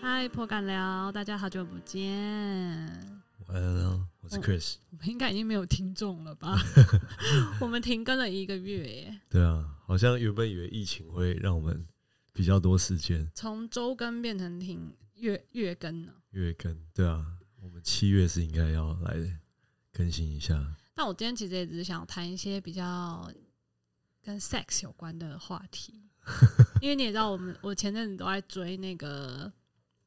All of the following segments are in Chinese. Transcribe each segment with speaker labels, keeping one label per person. Speaker 1: 嗨，颇敢聊，大家好久不见。
Speaker 2: Well，我
Speaker 1: 嗯
Speaker 2: 是 Chris。
Speaker 1: 我们应该已经没有听众了吧？我们停更了一个月耶，
Speaker 2: 对啊，好像原本以为疫情会让我们比较多时间
Speaker 1: 从周更变成停月月更了。
Speaker 2: 月更，对啊，我们七月是应该要来更新一下。
Speaker 1: 但我今天其实也只是想谈一些比较跟 sex 有关的话题，因为你也知道，我们我前阵子都在追那个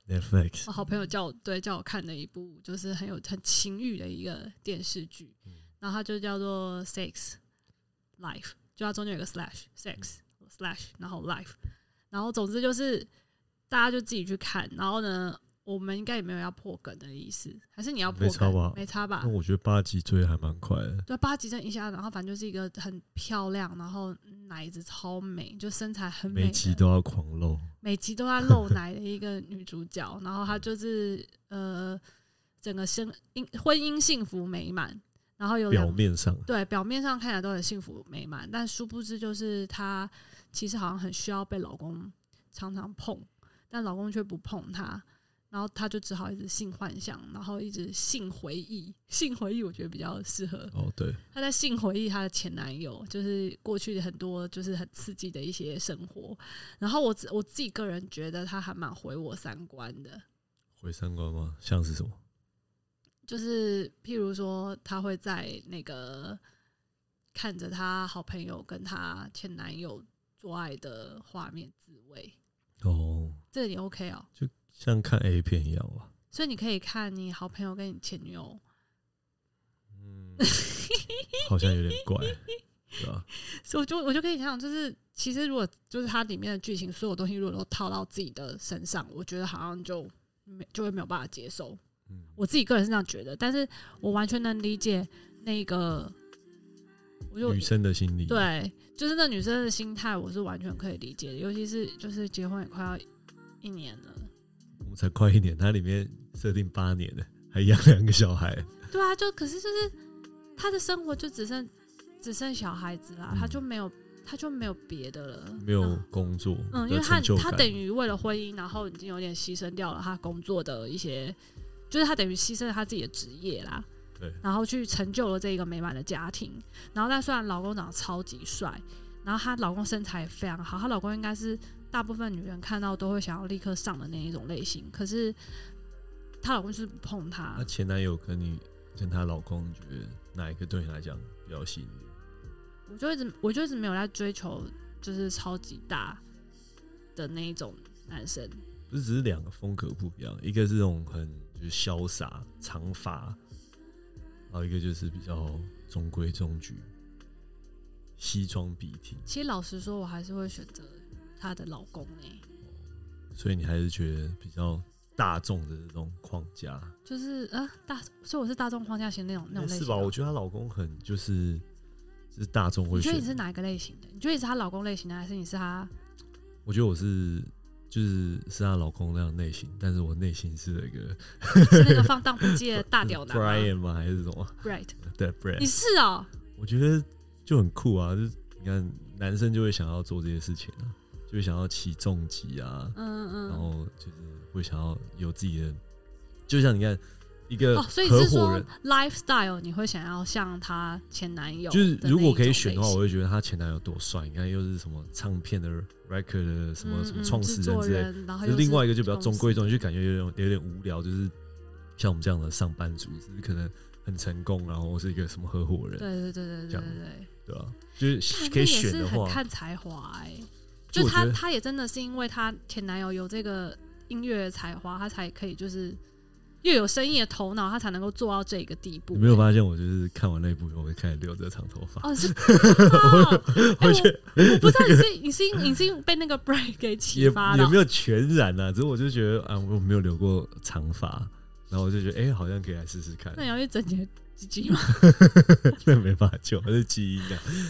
Speaker 2: Netflix，
Speaker 1: 我好朋友叫我对叫我看的一部，就是很有很情欲的一个电视剧，
Speaker 2: 嗯
Speaker 1: 然后它就叫做 Sex Life，就它中间有个 slash
Speaker 2: 嗯
Speaker 1: sex slash，然后 life，然后总之就是大家就自己去看，然后呢，我们应该也没有要破梗的意思，还是你要破
Speaker 2: 没差吧
Speaker 1: 梗？没差吧
Speaker 2: 那？我觉得八集追得还蛮快的，
Speaker 1: 对，八集这样一下，然后反正就是一个很漂亮，然后奶子超美，就身材很美的，
Speaker 2: 每集都要狂露。
Speaker 1: 每集都在露奶的一个女主角，然后她就是呃，整个生姻婚姻幸福美满，然后有
Speaker 2: 表
Speaker 1: 两
Speaker 2: 面上，
Speaker 1: 对表面上看起来都很幸福美满，但殊不知就是她其实好像很需要被老公常常碰，但老公却不碰她，然后她就只好一直性幻想，然后一直性回忆，性回忆我觉得比较适合
Speaker 2: 哦对，
Speaker 1: 她在性回忆她的前男友，就是过去很多就是很刺激的一些生活。然后我自我自己个人觉得她还蛮毁我三观的，
Speaker 2: 回三观吗？像是什么？
Speaker 1: 就是譬如说，她会在那个看着她好朋友跟她前男友做爱的画面自慰，
Speaker 2: 哦，
Speaker 1: 这个你 OK 哦。
Speaker 2: 像看 A 片一样吧。
Speaker 1: 所以你可以看你好朋友跟你前女友，
Speaker 2: 嗯，好像有点怪，对啊吧、
Speaker 1: 所以我就我就跟你讲，就是其实如果就是它里面的剧情，所有东西如果都套到自己的身上，我觉得好像就没就会没有办法接受。
Speaker 2: 嗯，
Speaker 1: 我自己个人是这样觉得，但是我完全能理解那个，我就
Speaker 2: 女生的心理，，
Speaker 1: 对，啊就是那女生的心态，我是完全可以理解的，尤其是就是结婚也快要一年了。
Speaker 2: 我们才快一点，它里面设定八年的，还养两个小孩。
Speaker 1: 对啊，就可是就是她的生活就只剩只剩小孩子啦，她
Speaker 2: 嗯
Speaker 1: 就没有她就没有别的了，
Speaker 2: 没有工作的成就感，
Speaker 1: 嗯，因为他他等于为了婚姻，然后已经有点牺牲掉了他工作的一些，就是他等于牺牲了他自己的职业啦，
Speaker 2: 对
Speaker 1: 然后去成就了这个美满的家庭。然后但虽然老公长得超级帅，然后她老公身材也非常好，她老公应该是大部分女人看到都会想要立刻上的那一种类型，可是她老公就是不碰她
Speaker 2: 那，前男友跟你跟她老公，你觉得哪一个对你来讲比较吸引你？
Speaker 1: 我就一直我就一直没有在追求就是超级大的那一种男生。
Speaker 2: 不是只是两个风格不一样，一个是那种很就是潇洒长发，然后一个就是比较中规中矩，西装笔挺，
Speaker 1: 其实老实说，我还是会选择她的老公欸呢、
Speaker 2: 所以你还是觉得比较大众的这种框架，
Speaker 1: 就是呃大，所以我是大众框架型那种那种类型
Speaker 2: 是
Speaker 1: 的。
Speaker 2: 吧？我觉得她老公很就是是大众会
Speaker 1: 你觉
Speaker 2: 选
Speaker 1: 得
Speaker 2: 的，
Speaker 1: 你是哪一个类型的？你觉得你是她老公类型的，还是你是她？
Speaker 2: 我觉得我是就是是她老公那样类型，但是我内心是那个
Speaker 1: 是那个放荡不羁的大屌男吗
Speaker 2: Brian 吗？还是什么？
Speaker 1: Right，你
Speaker 2: 对 Brian，
Speaker 1: 是哦、
Speaker 2: 我觉得就很酷啊！就是你看，男生就会想要做这些事情啊，就会想要骑重机啊，
Speaker 1: 嗯嗯
Speaker 2: 然
Speaker 1: 嗯。
Speaker 2: 后就是会想要有自己的，就像你看一个
Speaker 1: 哦，所以
Speaker 2: 合
Speaker 1: 是
Speaker 2: 伙
Speaker 1: 说
Speaker 2: 人，
Speaker 1: lifestyle 你会想要像她前男友？
Speaker 2: 就是如果可以选的话，我，会觉得她前男友多帅。你看，又是什么唱片的 record 的什么
Speaker 1: 嗯
Speaker 2: 什么
Speaker 1: 嗯
Speaker 2: 创始
Speaker 1: 制
Speaker 2: 人
Speaker 1: 作
Speaker 2: 之类的，
Speaker 1: 人，然后
Speaker 2: 就
Speaker 1: 又
Speaker 2: 另外一个就比
Speaker 1: 是
Speaker 2: 较
Speaker 1: 公
Speaker 2: 中
Speaker 1: 司
Speaker 2: 规中矩，就感觉有点有点无聊，就是像我们这样的上班族，只是可能很成功，然后是一个什么合伙人，
Speaker 1: 对对对对
Speaker 2: 这
Speaker 1: 对
Speaker 2: 样
Speaker 1: 对对。
Speaker 2: 对吧、就是
Speaker 1: 看
Speaker 2: 可以
Speaker 1: 那
Speaker 2: 选
Speaker 1: 也是
Speaker 2: 的
Speaker 1: 很
Speaker 2: 话，
Speaker 1: 看才华哎、
Speaker 2: 就
Speaker 1: 就
Speaker 2: 我
Speaker 1: 她
Speaker 2: 觉得
Speaker 1: 她也真的是因为她前男友有这个音乐的才华，她才可以就是又有生意的头脑，她才能够做到这个地步、
Speaker 2: 你没有发现我就是看完那一部以后，我就开始留着长头发，
Speaker 1: 哦， 是哦，哎
Speaker 2: 我觉得
Speaker 1: 我我不知道你是你是你是被那个 break 给
Speaker 2: 也
Speaker 1: 启发的
Speaker 2: 也
Speaker 1: 哦
Speaker 2: 没，有全然啊，只是我就觉得啊，我没有留过长发，然后我就觉得哎、好像可以来试试看
Speaker 1: 那， 你要去整洁鸡鸡吗？
Speaker 2: 那没办法救，还是基因啊，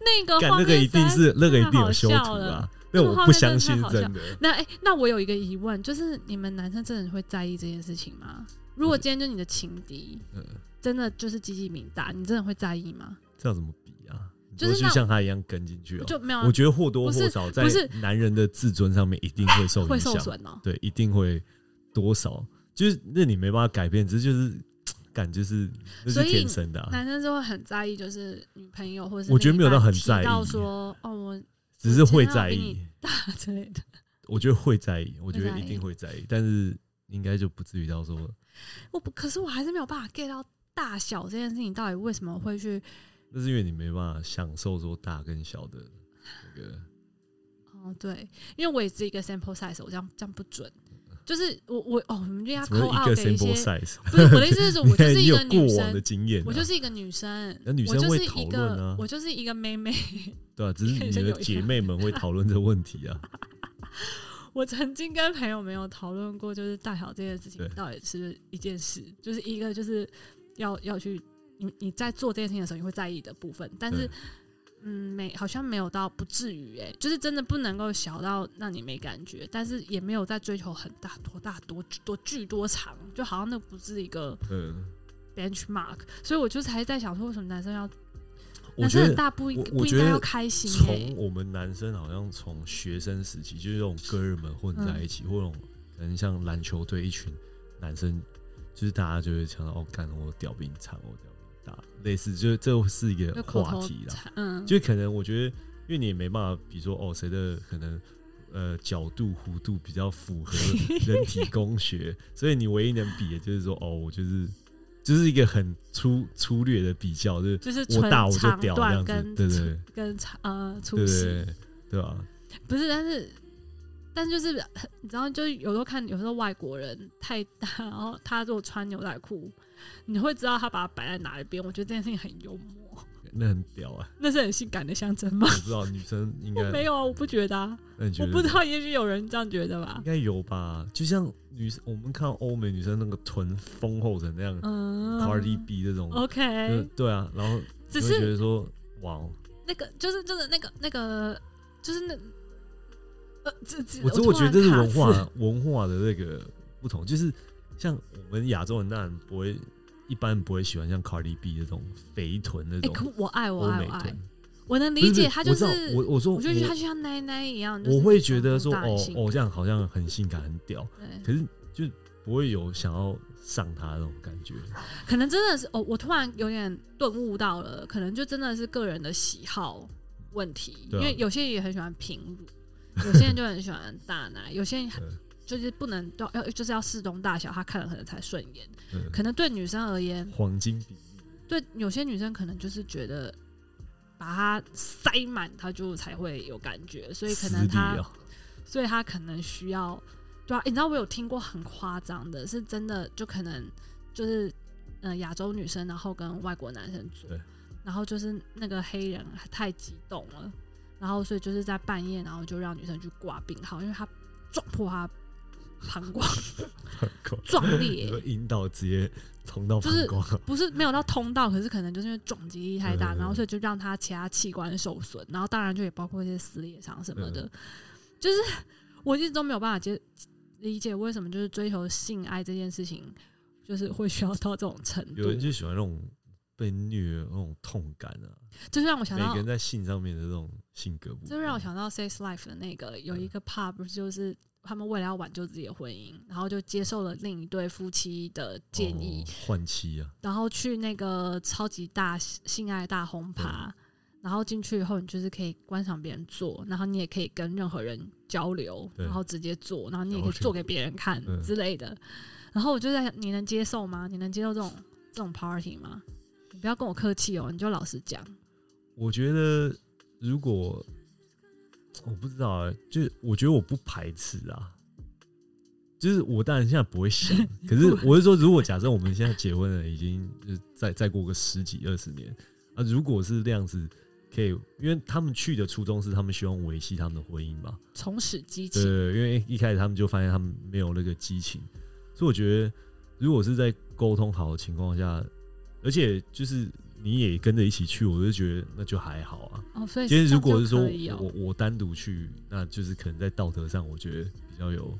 Speaker 1: 那个
Speaker 2: 干
Speaker 1: 画
Speaker 2: 那个
Speaker 1: 面
Speaker 2: 一定
Speaker 1: 实在
Speaker 2: 是那个一定
Speaker 1: 太
Speaker 2: 有
Speaker 1: 好
Speaker 2: 修
Speaker 1: 笑
Speaker 2: 图啊
Speaker 1: 了，
Speaker 2: 那
Speaker 1: 那个
Speaker 2: 我
Speaker 1: 画
Speaker 2: 不
Speaker 1: 面真
Speaker 2: 相
Speaker 1: 的
Speaker 2: 信
Speaker 1: 太
Speaker 2: 是
Speaker 1: 好
Speaker 2: 真的，
Speaker 1: 那哎、那我有一个疑问，就是你们男生真的会在意这件事情吗？如果今天就是你的情敌，
Speaker 2: 嗯，
Speaker 1: 真的就是鸡鸡名大，你真的会在意吗？
Speaker 2: 这要怎么比啊？你
Speaker 1: 就
Speaker 2: 说
Speaker 1: 是
Speaker 2: 就
Speaker 1: 那
Speaker 2: 像他一样跟进去哦、
Speaker 1: 就没有啊
Speaker 2: 我觉得或多
Speaker 1: 不是
Speaker 2: 或少在
Speaker 1: 不是
Speaker 2: 男人的自尊上面一定会受
Speaker 1: 会
Speaker 2: 影
Speaker 1: 受
Speaker 2: 响，
Speaker 1: 损哦、
Speaker 2: 对，一定会多少，就是那你没办法改变，只是就是感觉是那是
Speaker 1: 所以
Speaker 2: 天生的、啊，
Speaker 1: 男生就会很在意，就是女朋友或者
Speaker 2: 我觉得没有到很在意
Speaker 1: 到说哦，我
Speaker 2: 只是
Speaker 1: 我
Speaker 2: 会
Speaker 1: 真的
Speaker 2: 在
Speaker 1: 有比
Speaker 2: 意
Speaker 1: 你。大之类的。
Speaker 2: 我觉得会在意，我觉得
Speaker 1: 会在
Speaker 2: 一
Speaker 1: 意
Speaker 2: 定会在意，但是应该就不至于到说
Speaker 1: 我不，可是我还是没有办法 get 到大小这件事情到底为什么会去
Speaker 2: 那是因为你没办法享受说大跟小的那个，
Speaker 1: 哦，对，因为我也是一个 sample size，我这样这样不准。就是我我哦，我们就要
Speaker 2: 怎么
Speaker 1: call
Speaker 2: 一
Speaker 1: out
Speaker 2: 个
Speaker 1: 给一些，
Speaker 2: sample size？
Speaker 1: 不是我的意思是，我就是
Speaker 2: 你
Speaker 1: 一
Speaker 2: 有
Speaker 1: 个女
Speaker 2: 过往
Speaker 1: 生
Speaker 2: 的，经验啊、
Speaker 1: 我就是一个女生，
Speaker 2: 那女生
Speaker 1: 我就
Speaker 2: 会
Speaker 1: 是
Speaker 2: 讨
Speaker 1: 一
Speaker 2: 论
Speaker 1: 个
Speaker 2: 啊，
Speaker 1: 我就是一个妹妹，
Speaker 2: 对啊，只是你的姐妹们会讨论这个问题啊。
Speaker 1: 我曾经跟朋友没有讨论过，就是大小这件事情
Speaker 2: 对
Speaker 1: 到底是不是一件事，就是一个就是要要去你你在做这件事情的时候你会在意的部分， 但是
Speaker 2: 对
Speaker 1: 嗯没好像没有到不至于哎、就是真的不能够小到让你没感觉，但是也没有在追求很大多大多多巨多长，就好像那不是一个
Speaker 2: 嗯，
Speaker 1: benchmark，所以我就才在想说为什么男生要
Speaker 2: 我
Speaker 1: 男
Speaker 2: 觉
Speaker 1: 生很
Speaker 2: 得
Speaker 1: 大不应
Speaker 2: 我我
Speaker 1: 不应
Speaker 2: 觉
Speaker 1: 该
Speaker 2: 得
Speaker 1: 要开心哎、
Speaker 2: 从我们男生好像从学生时期，就是那种哥儿们混在一起，
Speaker 1: 嗯
Speaker 2: 或那种可能像篮球队一群男生，就是大家就会想到哦，干我屌比你长，我屌比你大，类似就是这是一
Speaker 1: 就
Speaker 2: 个
Speaker 1: 口
Speaker 2: 话
Speaker 1: 头
Speaker 2: 题啦。
Speaker 1: 禅嗯，
Speaker 2: 就可能我觉得，因为你也没办法，比如说哦，谁的可能呃角度弧度比较符 合人体工学，所以你唯一能比的就是说哦，我就是就是一个很粗粗略的比较，就 是
Speaker 1: 就是
Speaker 2: 我
Speaker 1: 纯
Speaker 2: 大我就
Speaker 1: 长
Speaker 2: 屌这
Speaker 1: 短
Speaker 2: 样子，
Speaker 1: 跟
Speaker 2: 对
Speaker 1: 粗
Speaker 2: 对
Speaker 1: 跟长呃粗
Speaker 2: 对
Speaker 1: 细，
Speaker 2: 对对对啊吧？
Speaker 1: 不是，但是但就是 你知道，就是有时候看有时候外国人太大，然后他如果穿牛仔裤，你会知道他把它摆在哪一边。我觉得这件事情很幽默，
Speaker 2: 那很屌啊！
Speaker 1: 那是很性感的象征吗
Speaker 2: 我？不知道女生应该
Speaker 1: 没有啊，我不觉得啊，
Speaker 2: 那你觉
Speaker 1: 我
Speaker 2: 得
Speaker 1: 不知
Speaker 2: 呢
Speaker 1: 道，嗯也许有人这样觉得吧
Speaker 2: 应。该有吧？就像女生，我们看到欧美女生那个臀丰厚成那样、
Speaker 1: 嗯
Speaker 2: p a r t y B 这种，就是
Speaker 1: ，OK，
Speaker 2: 对啊，然后
Speaker 1: 只
Speaker 2: 你会觉
Speaker 1: 是
Speaker 2: 得说哇哦。
Speaker 1: 那个就是就是那个那个就是那呃，这这
Speaker 2: 我只
Speaker 1: 突
Speaker 2: 我觉得
Speaker 1: 然
Speaker 2: 这是
Speaker 1: 卡
Speaker 2: 文
Speaker 1: 词
Speaker 2: 化文化的那个不同，就是像我们亚洲人当然不会，一般不会喜欢像 Cardi B 这种肥臀那
Speaker 1: 哎、
Speaker 2: 种
Speaker 1: 可我爱我
Speaker 2: 欧
Speaker 1: 爱
Speaker 2: 美
Speaker 1: 我爱
Speaker 2: 臀，，
Speaker 1: 我能
Speaker 2: 不是
Speaker 1: 理
Speaker 2: 不是
Speaker 1: 解他就
Speaker 2: 我知道
Speaker 1: 是，
Speaker 2: 我我说
Speaker 1: 我就觉得他
Speaker 2: 我
Speaker 1: 就像奶奶一样，就是
Speaker 2: 我会觉得
Speaker 1: 那种
Speaker 2: 说
Speaker 1: 大
Speaker 2: 哦
Speaker 1: 型
Speaker 2: 哦这样好像很性感很屌，
Speaker 1: 对
Speaker 2: 可是就不会有想要上他那种感觉，
Speaker 1: 可能真的是哦，我突然有点顿悟到了，可能就真的是个人的喜好问题，
Speaker 2: 对啊
Speaker 1: 因为有些人也很喜欢平乳，有些人就很喜欢大奶，有些人
Speaker 2: 对
Speaker 1: 就是不能都要就是要适中大小，他看了可能才顺眼。
Speaker 2: 嗯，
Speaker 1: 可能对女生而言，
Speaker 2: 黄金比例
Speaker 1: 对有些女生可能就是觉得把它塞满，她就才会有感觉，所以可
Speaker 2: 实
Speaker 1: 能
Speaker 2: 力
Speaker 1: 她
Speaker 2: 啊，
Speaker 1: 所以他可能需要，对啊，欸你知道我有听过很夸张的，是真的，就可能就是呃亚洲女生，然后跟外国男生做
Speaker 2: 对，
Speaker 1: 然后就是那个黑人太激动了，然后所以就是在半夜，然后就让女生去挂病号，因为他撞破他膀胱 撞
Speaker 2: 你
Speaker 1: 裂
Speaker 2: 说，引导直接冲到膀
Speaker 1: 就是
Speaker 2: 胱啊，
Speaker 1: 不是没有到通道，可是可能就是因为撞击力太大，
Speaker 2: 嗯嗯嗯
Speaker 1: 然后所以就让他其他器官受损，然后当然就也包括一些撕裂伤什么的。就是我一直都没有办法接理解为什么就是追求性爱这件事情，就是会需要到这种程
Speaker 2: 有
Speaker 1: 度
Speaker 2: 人。就喜欢那种被虐的那种痛感啊，
Speaker 1: 这就让我想
Speaker 2: 每
Speaker 1: 到
Speaker 2: 个人，在性上面的这种性格不一样，
Speaker 1: 这让我想到《Sex Life》的那个有一个 pub，不是就是他们为了要挽救自己的婚姻，然后就接受了另一对夫妻的建议，
Speaker 2: 哦换妻啊，
Speaker 1: 然后去那个超级大性爱大轰趴，
Speaker 2: 嗯
Speaker 1: 然后进去以后，你就是可以观赏别人做，然后你也可以跟任何人交流，
Speaker 2: 对
Speaker 1: 然后直接做，然后你也可以
Speaker 2: 交流
Speaker 1: 做给别人看
Speaker 2: 嗯
Speaker 1: 之类的。然后我就在想，你能接受吗？你能接受这种这种 party 吗？你不要跟我客气哦，你就老实讲。
Speaker 2: 我觉得如果我不知道啊、就是我觉得我不排斥啊，就是我当然现在不会 想，可是我是说，如果假设我们现在结婚了，已经就是再再过个十几二十年啊，如果是这样子，可以，因为他们去的初衷是他们希望维系他们的婚姻嘛，
Speaker 1: 从始激
Speaker 2: 对
Speaker 1: 起，
Speaker 2: 因为一开始他们就发现他们没有那个激情，所以我觉得如果是在沟通好的情况下，而且就是你也跟着一起去，我就觉得那就还好啊。
Speaker 1: 哦，所以
Speaker 2: 其实
Speaker 1: 这样
Speaker 2: 如果
Speaker 1: 就是
Speaker 2: 说
Speaker 1: 可以哦
Speaker 2: 我我单独去，那就是可能在道德上我觉得比较有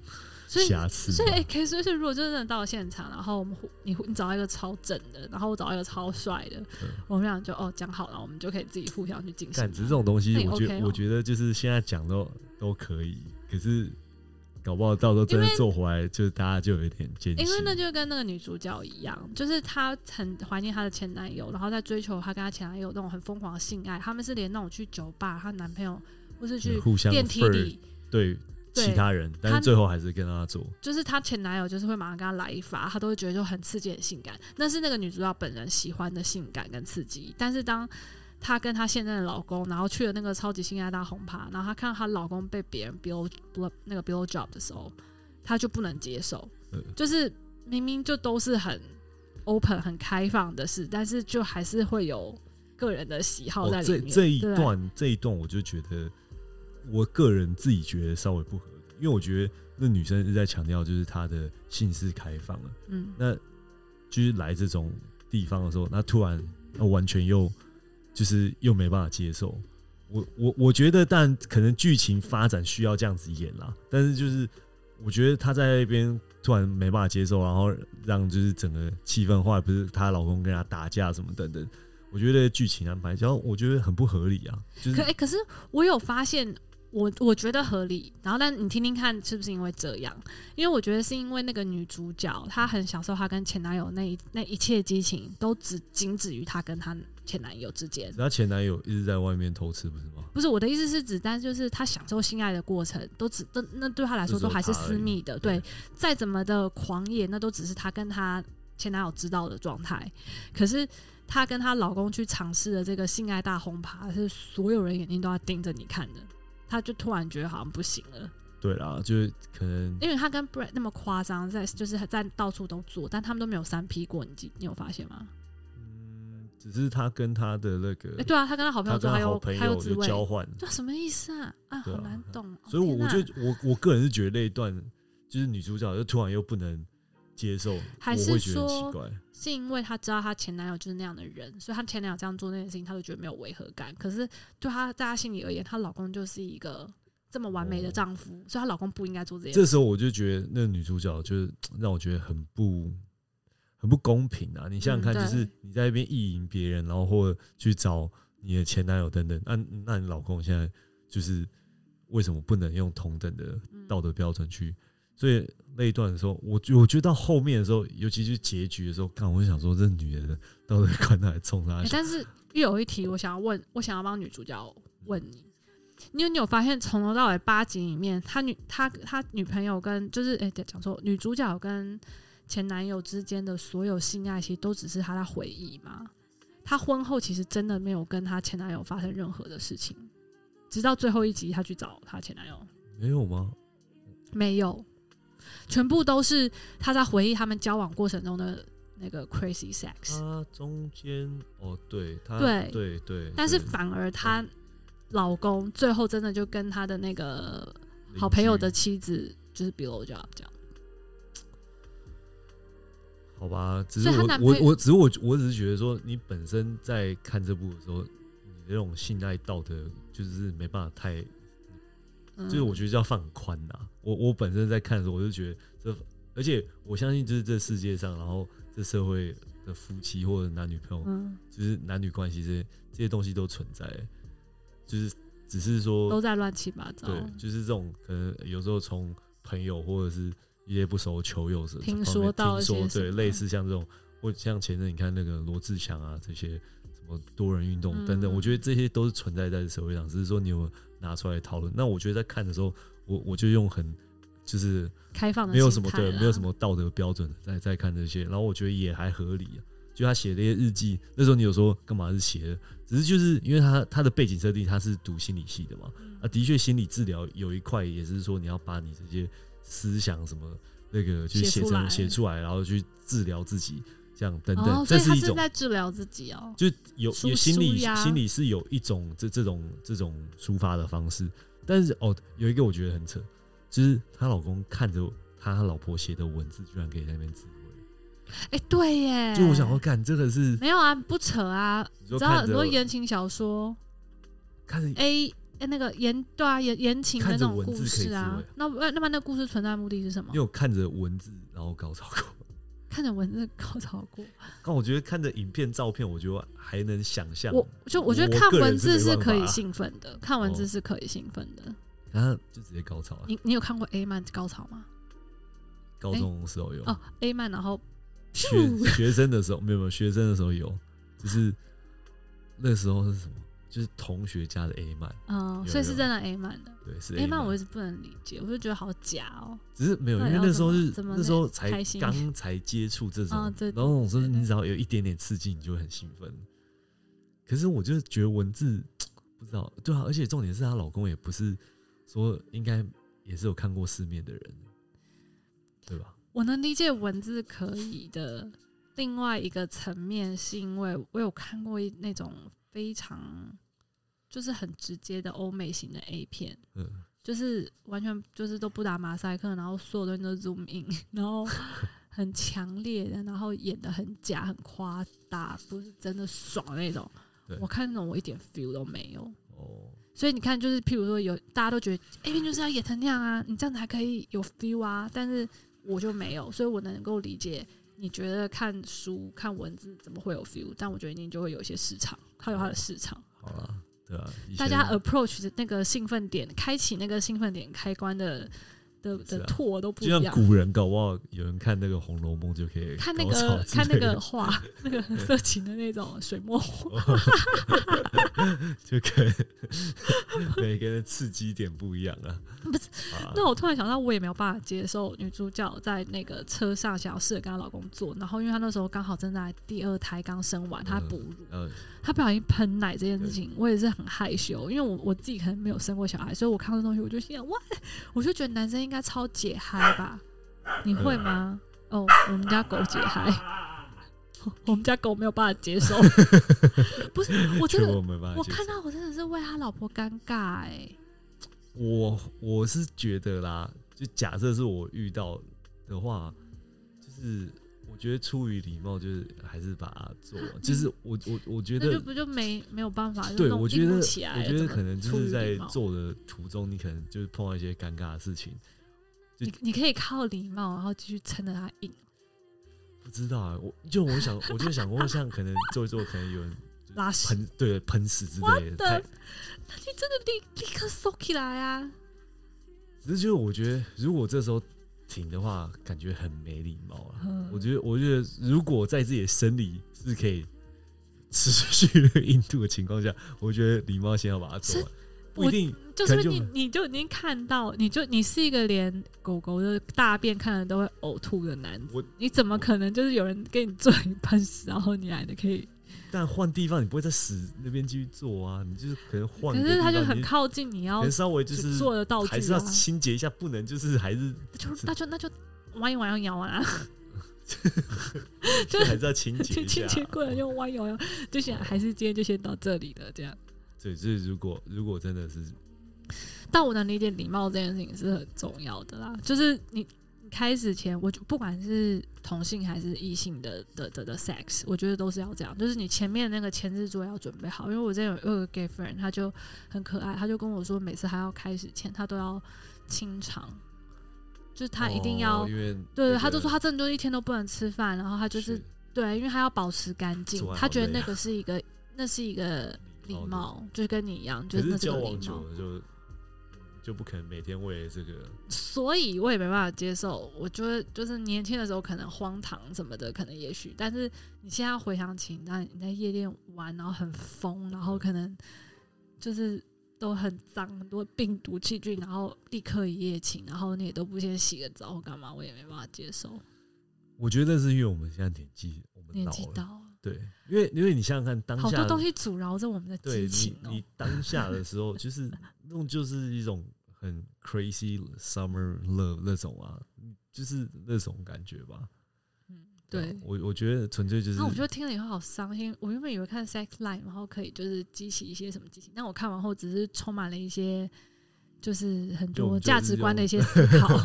Speaker 1: 所以
Speaker 2: 瑕疵
Speaker 1: 所以
Speaker 2: 吧。
Speaker 1: 欸可以说是，如果真的到了现场，然后我们互你互你找到一个超正的，然后我找到一个超帅的，我们俩就哦讲好了，我们就可以自己互相去进行
Speaker 2: 嗯
Speaker 1: 啊
Speaker 2: 干，只是这
Speaker 1: 了。
Speaker 2: 种东西
Speaker 1: 那，也
Speaker 2: 我觉
Speaker 1: OK
Speaker 2: 得
Speaker 1: 咯
Speaker 2: 我觉得就是现在讲都都可以，可是搞不好到时候真的
Speaker 1: 因为
Speaker 2: 做回来，就是大家就有一点艰辛。
Speaker 1: 因为那就跟那个女主角一样，就是她很怀念她的前男友，然后在追求她跟她前男友那种很疯狂的性爱。他们是连那种去酒吧，她男朋友或是去
Speaker 2: 嗯互相
Speaker 1: 电梯
Speaker 2: flirt
Speaker 1: 里，
Speaker 2: 对
Speaker 1: 对
Speaker 2: 其他人，但是最后还是跟他做。
Speaker 1: 就是她前男友就是会马上跟她来一发，她都会觉得就很刺激、很性感。那是那个女主角本人喜欢的性感跟刺激。但是当她跟她现任的老公，然后去了那个超级性爱大轰趴，然后她看到她老公被别人 blow blow 那个 blow job 的时候，她就不能接受
Speaker 2: 嗯，
Speaker 1: 就是明明就都是很 open、很开放的事，但是就还是会有个人的喜好在
Speaker 2: 哦，
Speaker 1: 里
Speaker 2: 这
Speaker 1: 面。
Speaker 2: 这一
Speaker 1: 对不对啊
Speaker 2: 段这一段，我就觉得我个人自己觉得稍微不合理，因为我觉得那女生是在强调就是她的性是开放了，
Speaker 1: 嗯，
Speaker 2: 那就是来这种地方的时候，那突然那完全又就是又没办法接受。我我我觉得，但可能剧情发展需要这样子演啦。但是就是，我觉得她在那边突然没办法接受，然后让就是整个气氛化，不是她老公跟她打架什么等等。我觉得剧情安排，然后我觉得很不合理啊。就
Speaker 1: 可、
Speaker 2: 是
Speaker 1: 欸、可是我有发现，我我觉得合理。然后，但你听听看，是不是因为这样？因为我觉得是因为那个女主角她很享受她跟前男友那一那一切激情，都只仅止于她跟她前男友之间。
Speaker 2: 她前男友一直在外面偷吃，不是吗？
Speaker 1: 不是我的意思是指，但就是她享受性爱的过程，都只都那对她来说都还是私密的。对，再怎么的狂野，那都只是她跟她前男友知道的状态。可是她跟她老公去尝试的这个性爱大轰趴，是所有人眼睛都要盯着你看的。她就突然觉得好像不行了，
Speaker 2: 对啦，就是可能
Speaker 1: 因为她跟 Brett 那么夸张，在就是在到处都做，但他们都没有三 P 过。你记你有发现吗？
Speaker 2: 嗯，只是她跟她的那
Speaker 1: 哎、
Speaker 2: 个，
Speaker 1: 对啊，她跟她好朋
Speaker 2: 她
Speaker 1: 友做，还
Speaker 2: 跟她好
Speaker 1: 有
Speaker 2: 朋
Speaker 1: 还有
Speaker 2: 友
Speaker 1: 自
Speaker 2: 就
Speaker 1: 慰，
Speaker 2: 交换，
Speaker 1: 这什么意思啊？啊，好
Speaker 2: 对啊
Speaker 1: 难懂。哦
Speaker 2: 所以我
Speaker 1: 天
Speaker 2: 我
Speaker 1: 哪
Speaker 2: 就我我个人是觉得那一段就是女主角就突然又不能接受，
Speaker 1: 还
Speaker 2: 我会
Speaker 1: 是
Speaker 2: 觉得很奇
Speaker 1: 说
Speaker 2: 怪。
Speaker 1: 是因为她知道她前男友就是那样的人，所以她前男友这样做那件事情，她都觉得没有违和感。可是对她在她心里而言，她老公就是一个这么完美的丈夫，所以她老公不应该做这件事。
Speaker 2: 这时候我就觉得那女主角就是让我觉得很不很不公平啊！你想想看，
Speaker 1: 嗯对
Speaker 2: 就是你在那边意淫别人，然后或者去找你的前男友等等，那那你老公现在就是为什么不能用同等的道德标准
Speaker 1: 嗯
Speaker 2: 去？所以那一段的时候，我觉我觉得到后面的时候，尤其是结局的时候，看我就想说，这女人到底管她还冲她
Speaker 1: 欸
Speaker 2: 小？
Speaker 1: 但是又有一题，我想要问，我想要帮女主角问你，因为你有发现从头到尾八集里面，她女她她女朋友跟就是哎，对讲错，女主角跟前男友之间的所有性爱，其实都只是她在回忆嘛。她婚后其实真的没有跟她前男友发生任何的事情，直到最后一集她去找她前男友，
Speaker 2: 没有吗？
Speaker 1: 没有，全部都是她在回忆他们交往过程中的那个 crazy sex。
Speaker 2: 她中间哦，对，她
Speaker 1: 对
Speaker 2: 对对，
Speaker 1: 但是
Speaker 2: 对
Speaker 1: 反而她老公最后真的就跟她的那个
Speaker 2: 邻
Speaker 1: 好朋友
Speaker 2: 居
Speaker 1: 的妻子就是 blow job 这样，
Speaker 2: 好吧，只
Speaker 1: 所
Speaker 2: 是
Speaker 1: 以她
Speaker 2: 我
Speaker 1: 男
Speaker 2: 我
Speaker 1: 朋友
Speaker 2: 我只是我我只是觉得说，你本身在看这部的时候，你的那种信赖道德就是没办法太，
Speaker 1: 嗯、
Speaker 2: 就是我觉得叫放宽呐、我我本身在看的时候，我就觉得这，而且我相信就是这世界上，然后这社会的夫妻或者男女朋友，
Speaker 1: 嗯
Speaker 2: 就是男女关系这些这些东西都存在，就是只是说
Speaker 1: 都在乱七八糟。
Speaker 2: 对，就是这种可能有时候从朋友或者是一些不熟球友是
Speaker 1: 听说到一
Speaker 2: 听
Speaker 1: 些
Speaker 2: 说
Speaker 1: 什
Speaker 2: 对
Speaker 1: 么
Speaker 2: 类似像这种，或像前阵你看那个罗志祥啊这些什么多人运动
Speaker 1: 嗯
Speaker 2: 等等，我觉得这些都是存在在社会上，只是说你有没有拿出来讨论。那我觉得在看的时候，我我就用很就是
Speaker 1: 开放的
Speaker 2: 没有什么
Speaker 1: 心态啊
Speaker 2: 对，
Speaker 1: 啦
Speaker 2: 没有什么道德标准的在在看这些，然后我觉得也还合理啊。就他写的一些日记，那时候你有说干嘛是写的，只是就是因为他他的背景设定他是读心理系的嘛，
Speaker 1: 嗯
Speaker 2: 啊，的确心理治疗有一块也是说你要把你这些思想什么那个就
Speaker 1: 写
Speaker 2: 是写
Speaker 1: 出来
Speaker 2: 成写出来，然后去治疗自己，这样等等，
Speaker 1: 哦，所以
Speaker 2: 这
Speaker 1: 她
Speaker 2: 是一
Speaker 1: 是
Speaker 2: 种
Speaker 1: 在治疗自己哦。
Speaker 2: 就有
Speaker 1: 舒
Speaker 2: 有心理
Speaker 1: 舒压
Speaker 2: 心理是有一种这这种这种抒发的方式，但是哦，有一个我觉得很扯，就是她老公看着她老婆写的文字，居然可以在那边自慰，
Speaker 1: 哎、对耶，
Speaker 2: 就我想要干这个是，
Speaker 1: 没有啊，不扯啊，
Speaker 2: 你
Speaker 1: 你
Speaker 2: 说
Speaker 1: 知道
Speaker 2: 看
Speaker 1: 很多
Speaker 2: 着
Speaker 1: 言情小说
Speaker 2: 看着
Speaker 1: A。哎那个言对啊，言言情的
Speaker 2: 看
Speaker 1: 那
Speaker 2: 着
Speaker 1: 种
Speaker 2: 文
Speaker 1: 故
Speaker 2: 字可以
Speaker 1: 事
Speaker 2: 自
Speaker 1: 啊
Speaker 2: 慰啊，
Speaker 1: 那那那么那故事存在的目的是什么
Speaker 2: 你？有看着文字然后高潮过，
Speaker 1: 看着文字高潮过，
Speaker 2: 但我觉得看着影片照片，我觉得还能想象，
Speaker 1: 我就我觉得
Speaker 2: 我
Speaker 1: 看
Speaker 2: 个人
Speaker 1: 文
Speaker 2: 是
Speaker 1: 字
Speaker 2: 没
Speaker 1: 是
Speaker 2: 办
Speaker 1: 可以
Speaker 2: 法啊
Speaker 1: 兴奋的，看文字
Speaker 2: 哦
Speaker 1: 是可以兴奋的。
Speaker 2: 然后啊就直接高潮了。
Speaker 1: 你哎你有看过 A 漫高潮吗？
Speaker 2: 高中的时候有，
Speaker 1: 哦，A 漫，然后
Speaker 2: 学学生的时候没有没有，学生的时候有，就是那时候是什么？就是同学家的 A 漫，
Speaker 1: 嗯、
Speaker 2: 有
Speaker 1: 所以是
Speaker 2: 有
Speaker 1: 真的 A 漫的。
Speaker 2: 对，是
Speaker 1: A 漫
Speaker 2: 漫。
Speaker 1: 我一直不能理解，我就觉得好假哦。
Speaker 2: 只是没有，因
Speaker 1: 到底
Speaker 2: 为
Speaker 1: 要
Speaker 2: 那时候是
Speaker 1: 怎么
Speaker 2: 那时候才
Speaker 1: 开心
Speaker 2: 刚才接触这种
Speaker 1: 哦，对
Speaker 2: 然后总是
Speaker 1: 对对
Speaker 2: 你只要有一点点刺激，你就会很兴奋。可是我就是觉得文字不知道，对啊，而且重点是她老公也不是说应该也是有看过世面的人，对吧？
Speaker 1: 我能理解文字可以的，另外一个层面是因为我有看过一那种非常就是很直接的欧美型的 A 片，
Speaker 2: 嗯，
Speaker 1: 就是完全就是都不打马赛克，然后所有东西都 zoom in，然 后很强烈的，然后演的很假、很夸大，不是真的爽那种
Speaker 2: 对。
Speaker 1: 我看那种我一点 feel 都没有。
Speaker 2: 哦，
Speaker 1: 所以你看，就是譬如说有大家都觉得 A 片就是要演成那样啊，你这样才可以有 feel 啊，但是我就没有，所以我能够理解你觉得看书看文字怎么会有 feel，但我觉得你就会有一些市场，它有它的市场。
Speaker 2: 好啦，对啊，以
Speaker 1: 大
Speaker 2: 前
Speaker 1: 家 approach 的那个兴奋点，开启那个兴奋点开关的的
Speaker 2: 是啊
Speaker 1: 的拓都不一
Speaker 2: 就像
Speaker 1: 样。
Speaker 2: 古人，搞不好有人看那个《红楼梦》就可以
Speaker 1: 看那
Speaker 2: 高潮
Speaker 1: 个
Speaker 2: 之
Speaker 1: 看那
Speaker 2: 类的
Speaker 1: 个画，那个色情的那种水墨画，
Speaker 2: 就可以 每个人刺激点不一样啊。
Speaker 1: 不是
Speaker 2: 啊，
Speaker 1: 那我突然想到，我也没有办法接受女主角在那个车上想要试着跟她老公做，然后因为她那时候刚好正在第二胎刚生完，她
Speaker 2: 嗯
Speaker 1: 哺乳，
Speaker 2: 呃，
Speaker 1: 她不小心喷奶这件事情，我也是很害羞，因为我我自己可能没有生过小孩，所以我看到这东西我就心想哇，我就觉得男生应该超解嗨吧？你会吗？
Speaker 2: 嗯
Speaker 1: 哦，我们家狗解嗨，我们家狗没有办法接受， 不是我真
Speaker 2: 确
Speaker 1: 的
Speaker 2: 我没办法
Speaker 1: 我
Speaker 2: 接
Speaker 1: 看
Speaker 2: 受
Speaker 1: 到我真的是为他老婆尴尬哎、
Speaker 2: 我我是觉得啦，就假设是我遇到的话，就是我觉得出于礼貌，就是还是把它做完。就是我我我
Speaker 1: 嗯
Speaker 2: 觉
Speaker 1: 那就
Speaker 2: 得，
Speaker 1: 不就没没有办法，就
Speaker 2: 对
Speaker 1: 弄
Speaker 2: 我觉得
Speaker 1: 硬不起来
Speaker 2: 我觉得
Speaker 1: 怎么
Speaker 2: 可能就
Speaker 1: 出于
Speaker 2: 是在
Speaker 1: 礼貌
Speaker 2: 做的途中，你可能就是碰到一些尴尬的事情，
Speaker 1: 你你可以靠礼貌，然后继续撑着他硬。
Speaker 2: 不知道啊。我就我想， 我就想过，像可能做一做，可能有人就是
Speaker 1: 拉屎
Speaker 2: 喷，对喷屎之类的。
Speaker 1: 的
Speaker 2: 太
Speaker 1: 那你真的立立刻收起来啊！
Speaker 2: 只是就是我觉得，如果这时候停的话，感觉很没礼貌啊。
Speaker 1: 嗯
Speaker 2: 我觉得，我觉得如果在自己的生理是可以持续的硬度的情况下，我觉得礼貌先要把它做完，不一
Speaker 1: 我
Speaker 2: 定
Speaker 1: 就是
Speaker 2: 就
Speaker 1: 你你就已经看到，你就你是一个连狗狗的大便看了都会呕吐的男
Speaker 2: 我
Speaker 1: 子，你怎么可能就是有人给你做一半 屎，然后你还得可以？
Speaker 2: 但换地方你不会在屎那边继续做啊，你就是可能换
Speaker 1: 可
Speaker 2: 个地
Speaker 1: 是
Speaker 2: 方，
Speaker 1: 他就很
Speaker 2: 你
Speaker 1: 靠近你
Speaker 2: 可
Speaker 1: 要
Speaker 2: 能稍微就是
Speaker 1: 做的道
Speaker 2: 还
Speaker 1: 具
Speaker 2: 是要
Speaker 1: 啊，
Speaker 2: 清洁一下，不能就是 还是
Speaker 1: 就那就那就弯一弯要咬完 啊，就
Speaker 2: 还是要清洁
Speaker 1: 清
Speaker 2: 一
Speaker 1: 清
Speaker 2: 下
Speaker 1: 洁。过来用弯一弯，就想还是今天就先到这里了这样。
Speaker 2: 对，就是如果如果真的是
Speaker 1: 但我能理解礼貌这件事情是很重要的啦，就是你你开始前，我就不管是同性还是异性的的的的 sex，我觉得都是要这样，就是你前面那个前置作业要准备好。因为我之前有有一个 gay friend，他就很可爱，他就跟我说，每次他要开始前，他都要清肠，就是他一定要。
Speaker 2: 哦因为
Speaker 1: 对对，
Speaker 2: 那个
Speaker 1: 他就说他真的就一天都不能吃饭，然后他就是对，因为他要保持干净
Speaker 2: 做，完
Speaker 1: 他
Speaker 2: 好
Speaker 1: 觉得
Speaker 2: 累
Speaker 1: 那 个是一个，那是一个礼
Speaker 2: 的
Speaker 1: 貌，就是跟你一样，就
Speaker 2: 可
Speaker 1: 是那
Speaker 2: 是
Speaker 1: 是
Speaker 2: 交
Speaker 1: 个礼
Speaker 2: 往久
Speaker 1: 貌。
Speaker 2: 了就就不可能每天为了这个，
Speaker 1: 所以我也没办法接受。我觉得就是年轻的时候可能荒唐什么的，可能也许，但是你现在回想起，那你在夜店玩，然后很疯，然
Speaker 2: 嗯
Speaker 1: 后可能就是都很脏，很多病毒细菌，然后立刻一夜情，然后你也都不先洗个澡或干嘛，我也没办法接受。
Speaker 2: 我觉得那是因为我们现在年纪我们
Speaker 1: 年
Speaker 2: 老
Speaker 1: 纪
Speaker 2: 了，
Speaker 1: 到了，
Speaker 2: 对，因为因为你想想看当下
Speaker 1: 好多东西阻挠着我们的
Speaker 2: 对
Speaker 1: 激情
Speaker 2: 你
Speaker 1: 哦、
Speaker 2: 你当下的时候就是那种就是一种很 crazy summer love 那种啊，就是那种感觉吧。
Speaker 1: 嗯对
Speaker 2: 啊，我我觉得纯粹就是
Speaker 1: 那我就听了以后好伤心。我原本以为看 Sex Line，然后可以就是激起一些什么激情，但我看完后只是充满了一些就是很
Speaker 2: 就我
Speaker 1: 多
Speaker 2: 们就
Speaker 1: 价值
Speaker 2: 是
Speaker 1: 观的
Speaker 2: 用
Speaker 1: 一些思考，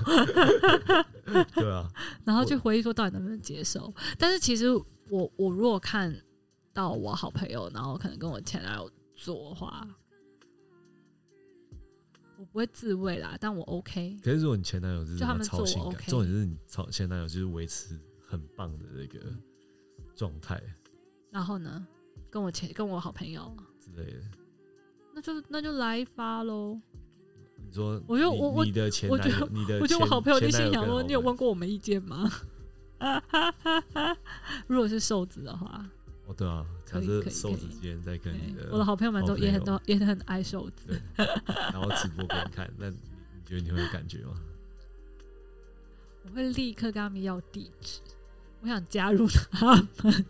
Speaker 2: 对啊，
Speaker 1: 然后
Speaker 2: 我
Speaker 1: 去回忆说到底能不能接受。但是其实我我如果看到我好朋友，然后可能跟我前男友做的话，我不会自慰啦，但我 OK。
Speaker 2: 可是如果你前男友是
Speaker 1: 就他们
Speaker 2: 超
Speaker 1: 做
Speaker 2: 性
Speaker 1: 我
Speaker 2: 感，
Speaker 1: OK
Speaker 2: 重点是你超前男友就是维持很棒的那个状态
Speaker 1: 然后呢，跟我前跟我好朋友，
Speaker 2: 之类的。
Speaker 1: 那就那就来一发喽。
Speaker 2: 你你说你，
Speaker 1: 我觉得我我
Speaker 2: 你的前
Speaker 1: 我
Speaker 2: 男
Speaker 1: 觉
Speaker 2: 友
Speaker 1: 得，
Speaker 2: 你的
Speaker 1: 我觉得我
Speaker 2: 前
Speaker 1: 好朋友就
Speaker 2: 呃前
Speaker 1: 心
Speaker 2: 男友
Speaker 1: 想
Speaker 2: 跟
Speaker 1: 说：“
Speaker 2: 好
Speaker 1: 你有
Speaker 2: 朋友
Speaker 1: 问过我们意见吗？” 如果是瘦子的话，
Speaker 2: 哦，对啊，假
Speaker 1: 可以
Speaker 2: 设
Speaker 1: 可以
Speaker 2: 瘦
Speaker 1: 可
Speaker 2: 子
Speaker 1: 以
Speaker 2: 之间在跟你
Speaker 1: 对
Speaker 2: 的，
Speaker 1: 我的好朋友们
Speaker 2: 好
Speaker 1: 都
Speaker 2: 朋
Speaker 1: 也很
Speaker 2: 友
Speaker 1: 都也很爱瘦子。
Speaker 2: 然后直播给你看，那你你觉得你会有感觉吗？
Speaker 1: 我会立刻跟他们要地址，我想加入他们。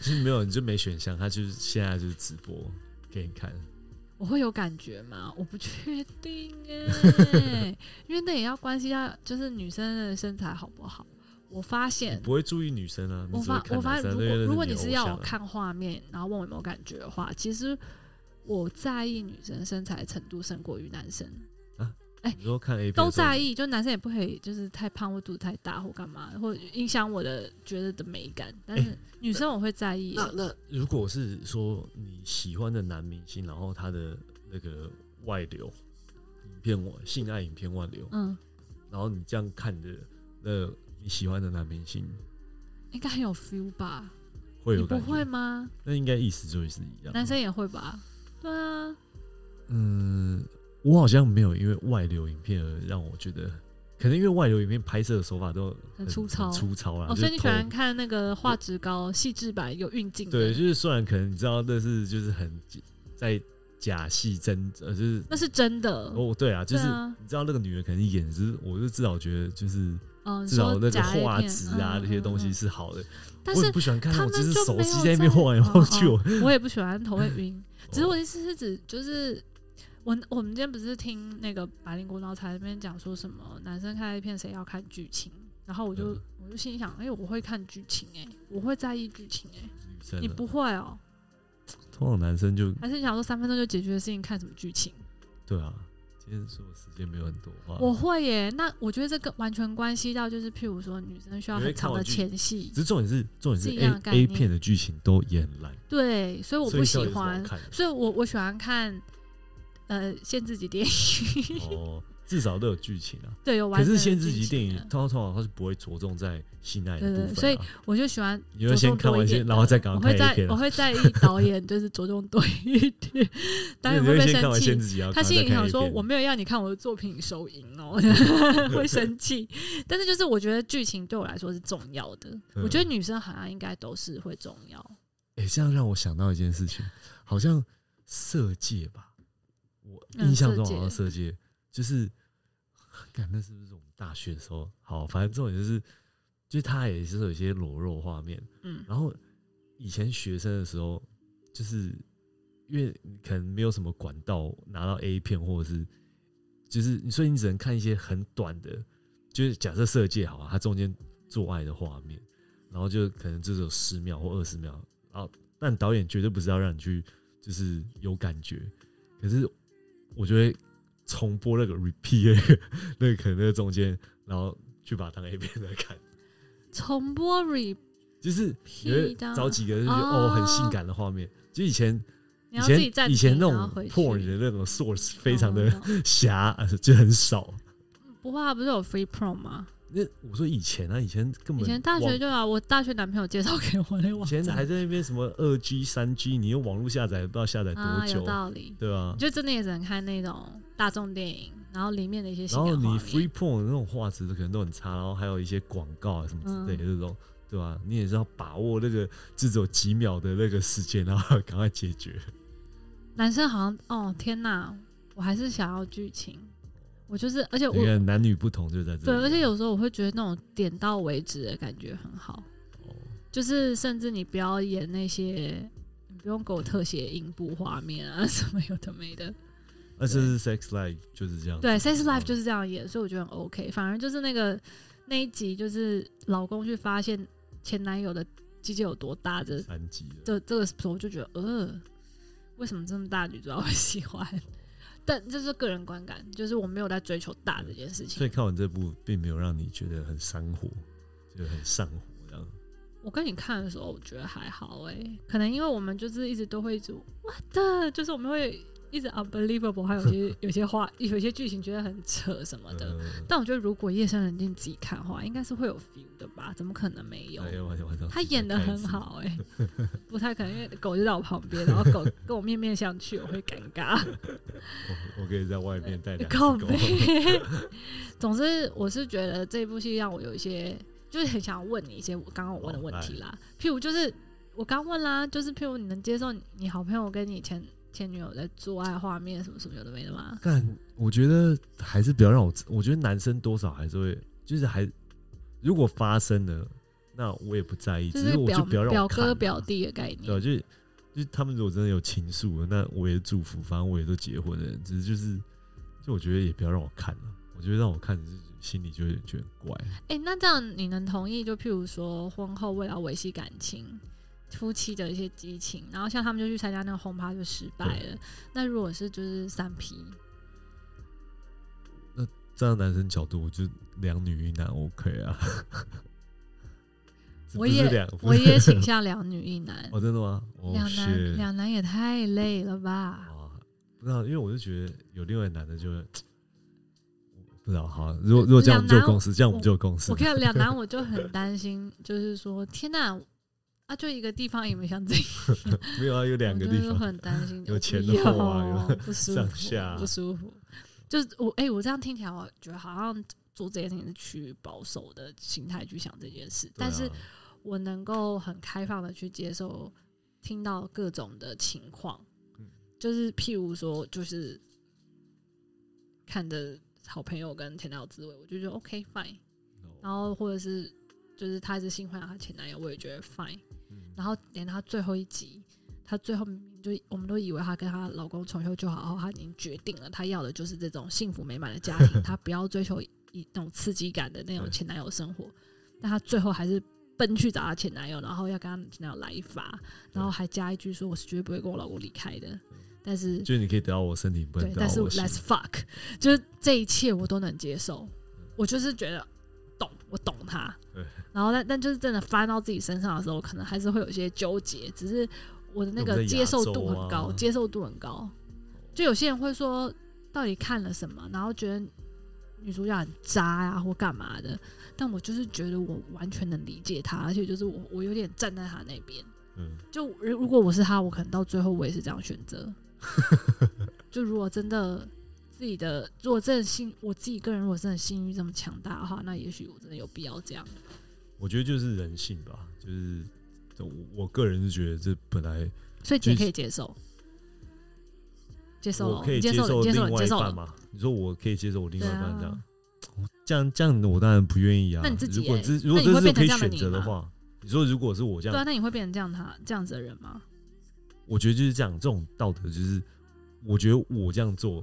Speaker 2: 其实没有，你就没选项，他就是现在就是直播给你看，
Speaker 1: 我会有感觉吗？我不确定哎、 因为那也要关系到就是女生的身材好不好。我发
Speaker 2: 你
Speaker 1: 现，
Speaker 2: 不会注意女生啊，
Speaker 1: 我
Speaker 2: 你只会
Speaker 1: 发
Speaker 2: 看
Speaker 1: 我发
Speaker 2: 男
Speaker 1: 现，如
Speaker 2: 生啊。对
Speaker 1: 果如果
Speaker 2: 你
Speaker 1: 你
Speaker 2: 的
Speaker 1: 是
Speaker 2: 偶
Speaker 1: 要
Speaker 2: 像
Speaker 1: 我
Speaker 2: 啊，
Speaker 1: 看画面，然后问我有没有感觉的话，其实我在意女生身材程度胜过于男生，
Speaker 2: 你说看 A 片
Speaker 1: 都
Speaker 2: 的时候
Speaker 1: 在意，就男生也不可以就是太胖或肚子太大或干嘛，或影响我的觉得的美感。但是女生我会在意欸、
Speaker 2: 哎那那如果是说你喜欢的男明星，然后他的那个外流影片外性爱影片外流，
Speaker 1: 嗯，
Speaker 2: 然后你这样看着那你喜欢的男明星
Speaker 1: 应该很有 feel 吧？
Speaker 2: 会
Speaker 1: 你
Speaker 2: 有
Speaker 1: 不
Speaker 2: 感
Speaker 1: 会
Speaker 2: 觉，
Speaker 1: 吗？
Speaker 2: 那应该意思就是一样。
Speaker 1: 男生也会吧？对啊，
Speaker 2: 嗯，我好像没有因为外流影片而让我觉得，可能因为外流影片拍摄的手法都
Speaker 1: 很粗糙
Speaker 2: 粗糙啦。
Speaker 1: 哦，
Speaker 2: 就
Speaker 1: 所以
Speaker 2: 是
Speaker 1: 你喜欢
Speaker 2: 头
Speaker 1: 看那个画质高、细致版、有运镜的。
Speaker 2: 对，就是虽然可能你知道那是就是很在假戏真呃，就是
Speaker 1: 那是真的。
Speaker 2: 哦对啊，就是
Speaker 1: 对啊
Speaker 2: 你知道那个女的可能演是，我就至少觉得就是
Speaker 1: 嗯，
Speaker 2: 至少
Speaker 1: 说
Speaker 2: 那个
Speaker 1: 假 A
Speaker 2: 画
Speaker 1: 片
Speaker 2: 质啊
Speaker 1: 嗯
Speaker 2: 那些东西
Speaker 1: 嗯嗯
Speaker 2: 是好的。
Speaker 1: 但
Speaker 2: 我
Speaker 1: 是
Speaker 2: 也不喜欢看那
Speaker 1: 他
Speaker 2: 种
Speaker 1: 们
Speaker 2: 就是
Speaker 1: 就
Speaker 2: 手
Speaker 1: 没
Speaker 2: 机
Speaker 1: 有
Speaker 2: 在那边
Speaker 1: 在
Speaker 2: 晃来晃
Speaker 1: 哦
Speaker 2: 去，
Speaker 1: 哦
Speaker 2: 我
Speaker 1: 我也不喜欢头会晕。只是我
Speaker 2: 哦
Speaker 1: 的意思是指，就是我我们今天不是听那个百灵国老才那边讲说什么男生看 A 片谁要看剧情，然后我就、
Speaker 2: 嗯
Speaker 1: 我就心里想，哎、我会看剧情、哎，我会在意剧情、哎，
Speaker 2: 女生啊
Speaker 1: 你不会哦、
Speaker 2: 通常男生就
Speaker 1: 还是你想说三分钟就解决的事情看什么剧情？
Speaker 2: 对啊，今天说的时间没有很多啊话，
Speaker 1: 我会耶，那我觉得这个完全关系到就是，譬如说女生需要
Speaker 2: 你会
Speaker 1: 很
Speaker 2: 看
Speaker 1: 长
Speaker 2: 完
Speaker 1: 的
Speaker 2: 剧
Speaker 1: 前戏
Speaker 2: 只，是重点是重点
Speaker 1: 是一
Speaker 2: 是
Speaker 1: 样的
Speaker 2: A
Speaker 1: 概
Speaker 2: A
Speaker 1: 念
Speaker 2: 片的剧情都演很烂，
Speaker 1: 对，所以我
Speaker 2: 所以
Speaker 1: 不喜
Speaker 2: 到底是怎么
Speaker 1: 欢，
Speaker 2: 看的
Speaker 1: 所以我我喜欢看呃限制级电影，
Speaker 2: 哦，至少都有剧情啊。
Speaker 1: 对，有完
Speaker 2: 可
Speaker 1: 整
Speaker 2: 是
Speaker 1: 的
Speaker 2: 限制
Speaker 1: 剧
Speaker 2: 级
Speaker 1: 情
Speaker 2: 电影
Speaker 1: 的
Speaker 2: 通常通常它是不会着重在性爱的
Speaker 1: 对对
Speaker 2: 部分、啊，
Speaker 1: 所以我就喜欢
Speaker 2: 你会先看完先，然后再赶
Speaker 1: 我
Speaker 2: 快
Speaker 1: 会
Speaker 2: 看 A
Speaker 1: 在
Speaker 2: 片
Speaker 1: 我
Speaker 2: 啊。
Speaker 1: 会在意导演就是着重多一 点，导演
Speaker 2: 你
Speaker 1: 会不会
Speaker 2: 先看
Speaker 1: 生
Speaker 2: 完限
Speaker 1: 气？
Speaker 2: 制级，然后
Speaker 1: 他
Speaker 2: 赶快
Speaker 1: 心
Speaker 2: 再
Speaker 1: 里
Speaker 2: 看
Speaker 1: 想
Speaker 2: A
Speaker 1: 说：“
Speaker 2: 片
Speaker 1: 我没有要你看我的作品手淫 哦，会生气。”但是就是我觉得剧情对我来说是重要的，
Speaker 2: 嗯
Speaker 1: 我觉得女生好像应该都是会重要。
Speaker 2: 哎、这样让我想到一件事情，好像色戒吧，我
Speaker 1: 嗯
Speaker 2: 印象
Speaker 1: 色
Speaker 2: 中好像
Speaker 1: 戒
Speaker 2: 色戒就是，感那是不是我们大学的时候？好，反正重点就是，就是它也是有一些裸露画面。
Speaker 1: 嗯
Speaker 2: 然后以前学生的时候，就是因为你可能没有什么管道拿到 A 片，或者是就是，所以你只能看一些很短的，就是假设色戒好了，啊它中间做爱的画面，然后就可能只有十秒或二十秒，然后但导演绝对不是要让你去就是有感觉，可是我就会重播那个 repeat 那个那个可能那个中间，然后去把它当 A 片来看。
Speaker 1: 重播 repeat，
Speaker 2: 就是你会找几个就是哦
Speaker 1: 啊哦
Speaker 2: 很性感的画面。就以前
Speaker 1: 你
Speaker 2: 以
Speaker 1: 要自己
Speaker 2: 前
Speaker 1: 暂
Speaker 2: 以
Speaker 1: 停，
Speaker 2: 前那
Speaker 1: 然
Speaker 2: 种
Speaker 1: 后回去
Speaker 2: porn 的那种 source 非常
Speaker 1: 哦
Speaker 2: 的
Speaker 1: 懂懂
Speaker 2: 狭，呃就很少。
Speaker 1: 不怕不是有 free pro 吗？
Speaker 2: 那我说以前啊，以前根本
Speaker 1: 以前大
Speaker 2: 网
Speaker 1: 学就啊，我大学男朋友介绍给我那
Speaker 2: 以
Speaker 1: 网
Speaker 2: 前
Speaker 1: 站
Speaker 2: 还在那边什么二 G、三 G，你用网络下载不知道下载
Speaker 1: 啊，
Speaker 2: 多
Speaker 1: 有
Speaker 2: 久，
Speaker 1: 道理。
Speaker 2: 对啊。
Speaker 1: 就真的也只能看那种大众电影，然后里面的一些性
Speaker 2: 然后
Speaker 1: 感
Speaker 2: 你
Speaker 1: 画
Speaker 2: free
Speaker 1: 面。
Speaker 2: porn 那种画质可能都很差，然后还有一些广告啊什么之类的
Speaker 1: 嗯
Speaker 2: 这种，对吧、你也是要把握那个只有几秒的那个时间，然后赶快解决。
Speaker 1: 男生好像哦，天哪，我还是想要剧情。我就是，而且我
Speaker 2: 你看男女不同就在这里。
Speaker 1: 对，而且有时候我会觉得那种点到为止的感觉很好，
Speaker 2: 哦
Speaker 1: 就是甚至你不要演那些，你不用给我特写阴部画面啊什么有的没 的。
Speaker 2: 那这是 sex life 就是这样。哦
Speaker 1: 对，《Sex Life》就是是这样演，所以我觉得很 OK。反而就是那个那一集，就是老公去发现前男友的鸡鸡有多大的
Speaker 2: 三级的，
Speaker 1: 这这个时候，我就觉得，呃，为什么这么大的女主角会喜欢？但这是个人观感，就是我没有在追求大这件事
Speaker 2: 所
Speaker 1: 情。
Speaker 2: 以看完这部并没有让你觉得很上火，就很上火这样。
Speaker 1: 我跟你看欸的时候，我觉得还好哎、可能因为我们就是一直都会一直 what 就是我们会一直 unbelievable，还有些 有些话，有些剧情觉得很扯什么的。
Speaker 2: 嗯
Speaker 1: 但我觉得如果夜深人静自己看的话，应该是会有 feel 的吧？怎么可能没有？
Speaker 2: 哎呀，晚上晚上
Speaker 1: 他演的很，好 哎、不太可能，因为狗就在我旁边，然后狗跟我面面相觑，我会尴尬。
Speaker 2: 我我可以在外面带两只
Speaker 1: 靠
Speaker 2: 狗，
Speaker 1: 背。 总之，我是觉得这部戏让我有一些，就是很想问你一些我刚刚我问的问题
Speaker 2: 哦
Speaker 1: 啦。
Speaker 2: 哎
Speaker 1: 譬如就是我刚问啦，就是譬如你能接受你你好朋友跟你前前女友在做爱画面什么什么有的没的吗？
Speaker 2: 但我觉得还是不要让我，我觉得男生多少还是会，就是还如果发生了，那我也不在意，
Speaker 1: 就
Speaker 2: 只
Speaker 1: 是
Speaker 2: 是我
Speaker 1: 表
Speaker 2: 就不要让
Speaker 1: 表
Speaker 2: 我看
Speaker 1: 哥
Speaker 2: 啊
Speaker 1: 表弟的概
Speaker 2: 对啊，
Speaker 1: 念，
Speaker 2: 就是就是他们如果真的有情愫了，那我也祝福，反正我也都结婚了，只是就是就我觉得也不要让我看了，我觉得让我看是心里就有点觉得很怪。
Speaker 1: 哎、那这样你能同意？就譬如说，婚后为了维系感情，夫妻的一些激情，然后像他们就去参加那个轰趴就失败了。那如果是就是三 P，
Speaker 2: 站在男生角度，我就两女一男 OK 啊。
Speaker 1: 我
Speaker 2: 不是
Speaker 1: 也
Speaker 2: 两不
Speaker 1: 我
Speaker 2: 是，
Speaker 1: 也倾向两女一男
Speaker 2: 哦，真的吗？哦
Speaker 1: 两男
Speaker 2: shit
Speaker 1: 两男也太累了吧？
Speaker 2: 啊，不知道，因为我就觉得有另外一男的就不知道。好，啊如果如果这样我们就有共识，这样我们就有共识
Speaker 1: 我。看两 男我就很担心，就是说天哪，啊就一个地方也没想这样，
Speaker 2: 没有啊，有两个地
Speaker 1: 我就是
Speaker 2: 方，
Speaker 1: 很担心，
Speaker 2: 有
Speaker 1: 我
Speaker 2: 前
Speaker 1: 不
Speaker 2: 的后啊
Speaker 1: 要
Speaker 2: 有
Speaker 1: 不舒服，
Speaker 2: 上下啊
Speaker 1: 不舒服。就是我哎、我这样听起来，我觉得好像做这件事情是趋于保守的心态去想这件事，但
Speaker 2: 对
Speaker 1: 是
Speaker 2: 啊
Speaker 1: 我能够很开放的去接受听到各种的情况，
Speaker 2: 嗯
Speaker 1: 就是譬如说，就是看着好朋友跟前男友自慰，我就觉得 OK fine，然
Speaker 2: 嗯
Speaker 1: 后或者是就是她是新欢她前男友，我也觉得 fine，
Speaker 2: 嗯
Speaker 1: 然后连她最后一集。她最后明明就我们都以为她跟她老公重修旧好，然后她已经决定了，她要的就是这种幸福美满的家庭，她不要追求一那种刺激感的那种
Speaker 2: 对
Speaker 1: 前男友生活。但她最后还是奔去找她前男友，然后要跟她前男友来一发，然后还加一句说我是绝对不会跟我老公离开的。但是
Speaker 2: 就是你可以得到我身体，不能
Speaker 1: 对，
Speaker 2: 得
Speaker 1: 但
Speaker 2: 到
Speaker 1: 是
Speaker 2: 我心
Speaker 1: let's。fuck，就是这一切我都能接受，我就是觉得懂，我懂他
Speaker 2: 对。
Speaker 1: 然后但但就是真的翻到自己身上的时候，可能还是会有一些纠结，只是我的那
Speaker 2: 我
Speaker 1: 个
Speaker 2: 们在亚
Speaker 1: 接受度很高，
Speaker 2: 洲啊
Speaker 1: 接受度很高。就有些人会说，到底看了什么，然后觉得女主角很渣呀、或干嘛的。但我就是觉得我完全能理解她，而且就是我我有点站在她那边。
Speaker 2: 嗯，
Speaker 1: 就如如果我是他，我可能到最后我也是这样选 择。就如果真的自己的，如果真的性，我自己个人如果真的性欲这么强大的话，那也许我真的有必要这样。
Speaker 2: 我觉得就是人性吧，就是我我个人是觉得这本来
Speaker 1: 所以姐
Speaker 2: 就是
Speaker 1: 可以接受，接受
Speaker 2: 我
Speaker 1: 了，
Speaker 2: 可以
Speaker 1: 接受了，接受
Speaker 2: 另
Speaker 1: 了，
Speaker 2: 外
Speaker 1: 接
Speaker 2: 一
Speaker 1: 受
Speaker 2: 半
Speaker 1: 了。
Speaker 2: 嘛？你说我可以接受我另外一半这
Speaker 1: 对
Speaker 2: 样
Speaker 1: 啊，
Speaker 2: 这样这样我当然不愿意啊。
Speaker 1: 那你自己
Speaker 2: 如果
Speaker 1: 欸
Speaker 2: 这如
Speaker 1: 那
Speaker 2: 果
Speaker 1: 你会
Speaker 2: 这是
Speaker 1: 变
Speaker 2: 可
Speaker 1: 成这
Speaker 2: 以
Speaker 1: 样的
Speaker 2: 选
Speaker 1: 你
Speaker 2: 择的
Speaker 1: 吗
Speaker 2: 话，你说如果是我这
Speaker 1: 对
Speaker 2: 样
Speaker 1: 啊，那你会变成这样他这样子的人吗？
Speaker 2: 我觉得就是这样，这种道德就是，我觉得我这样做，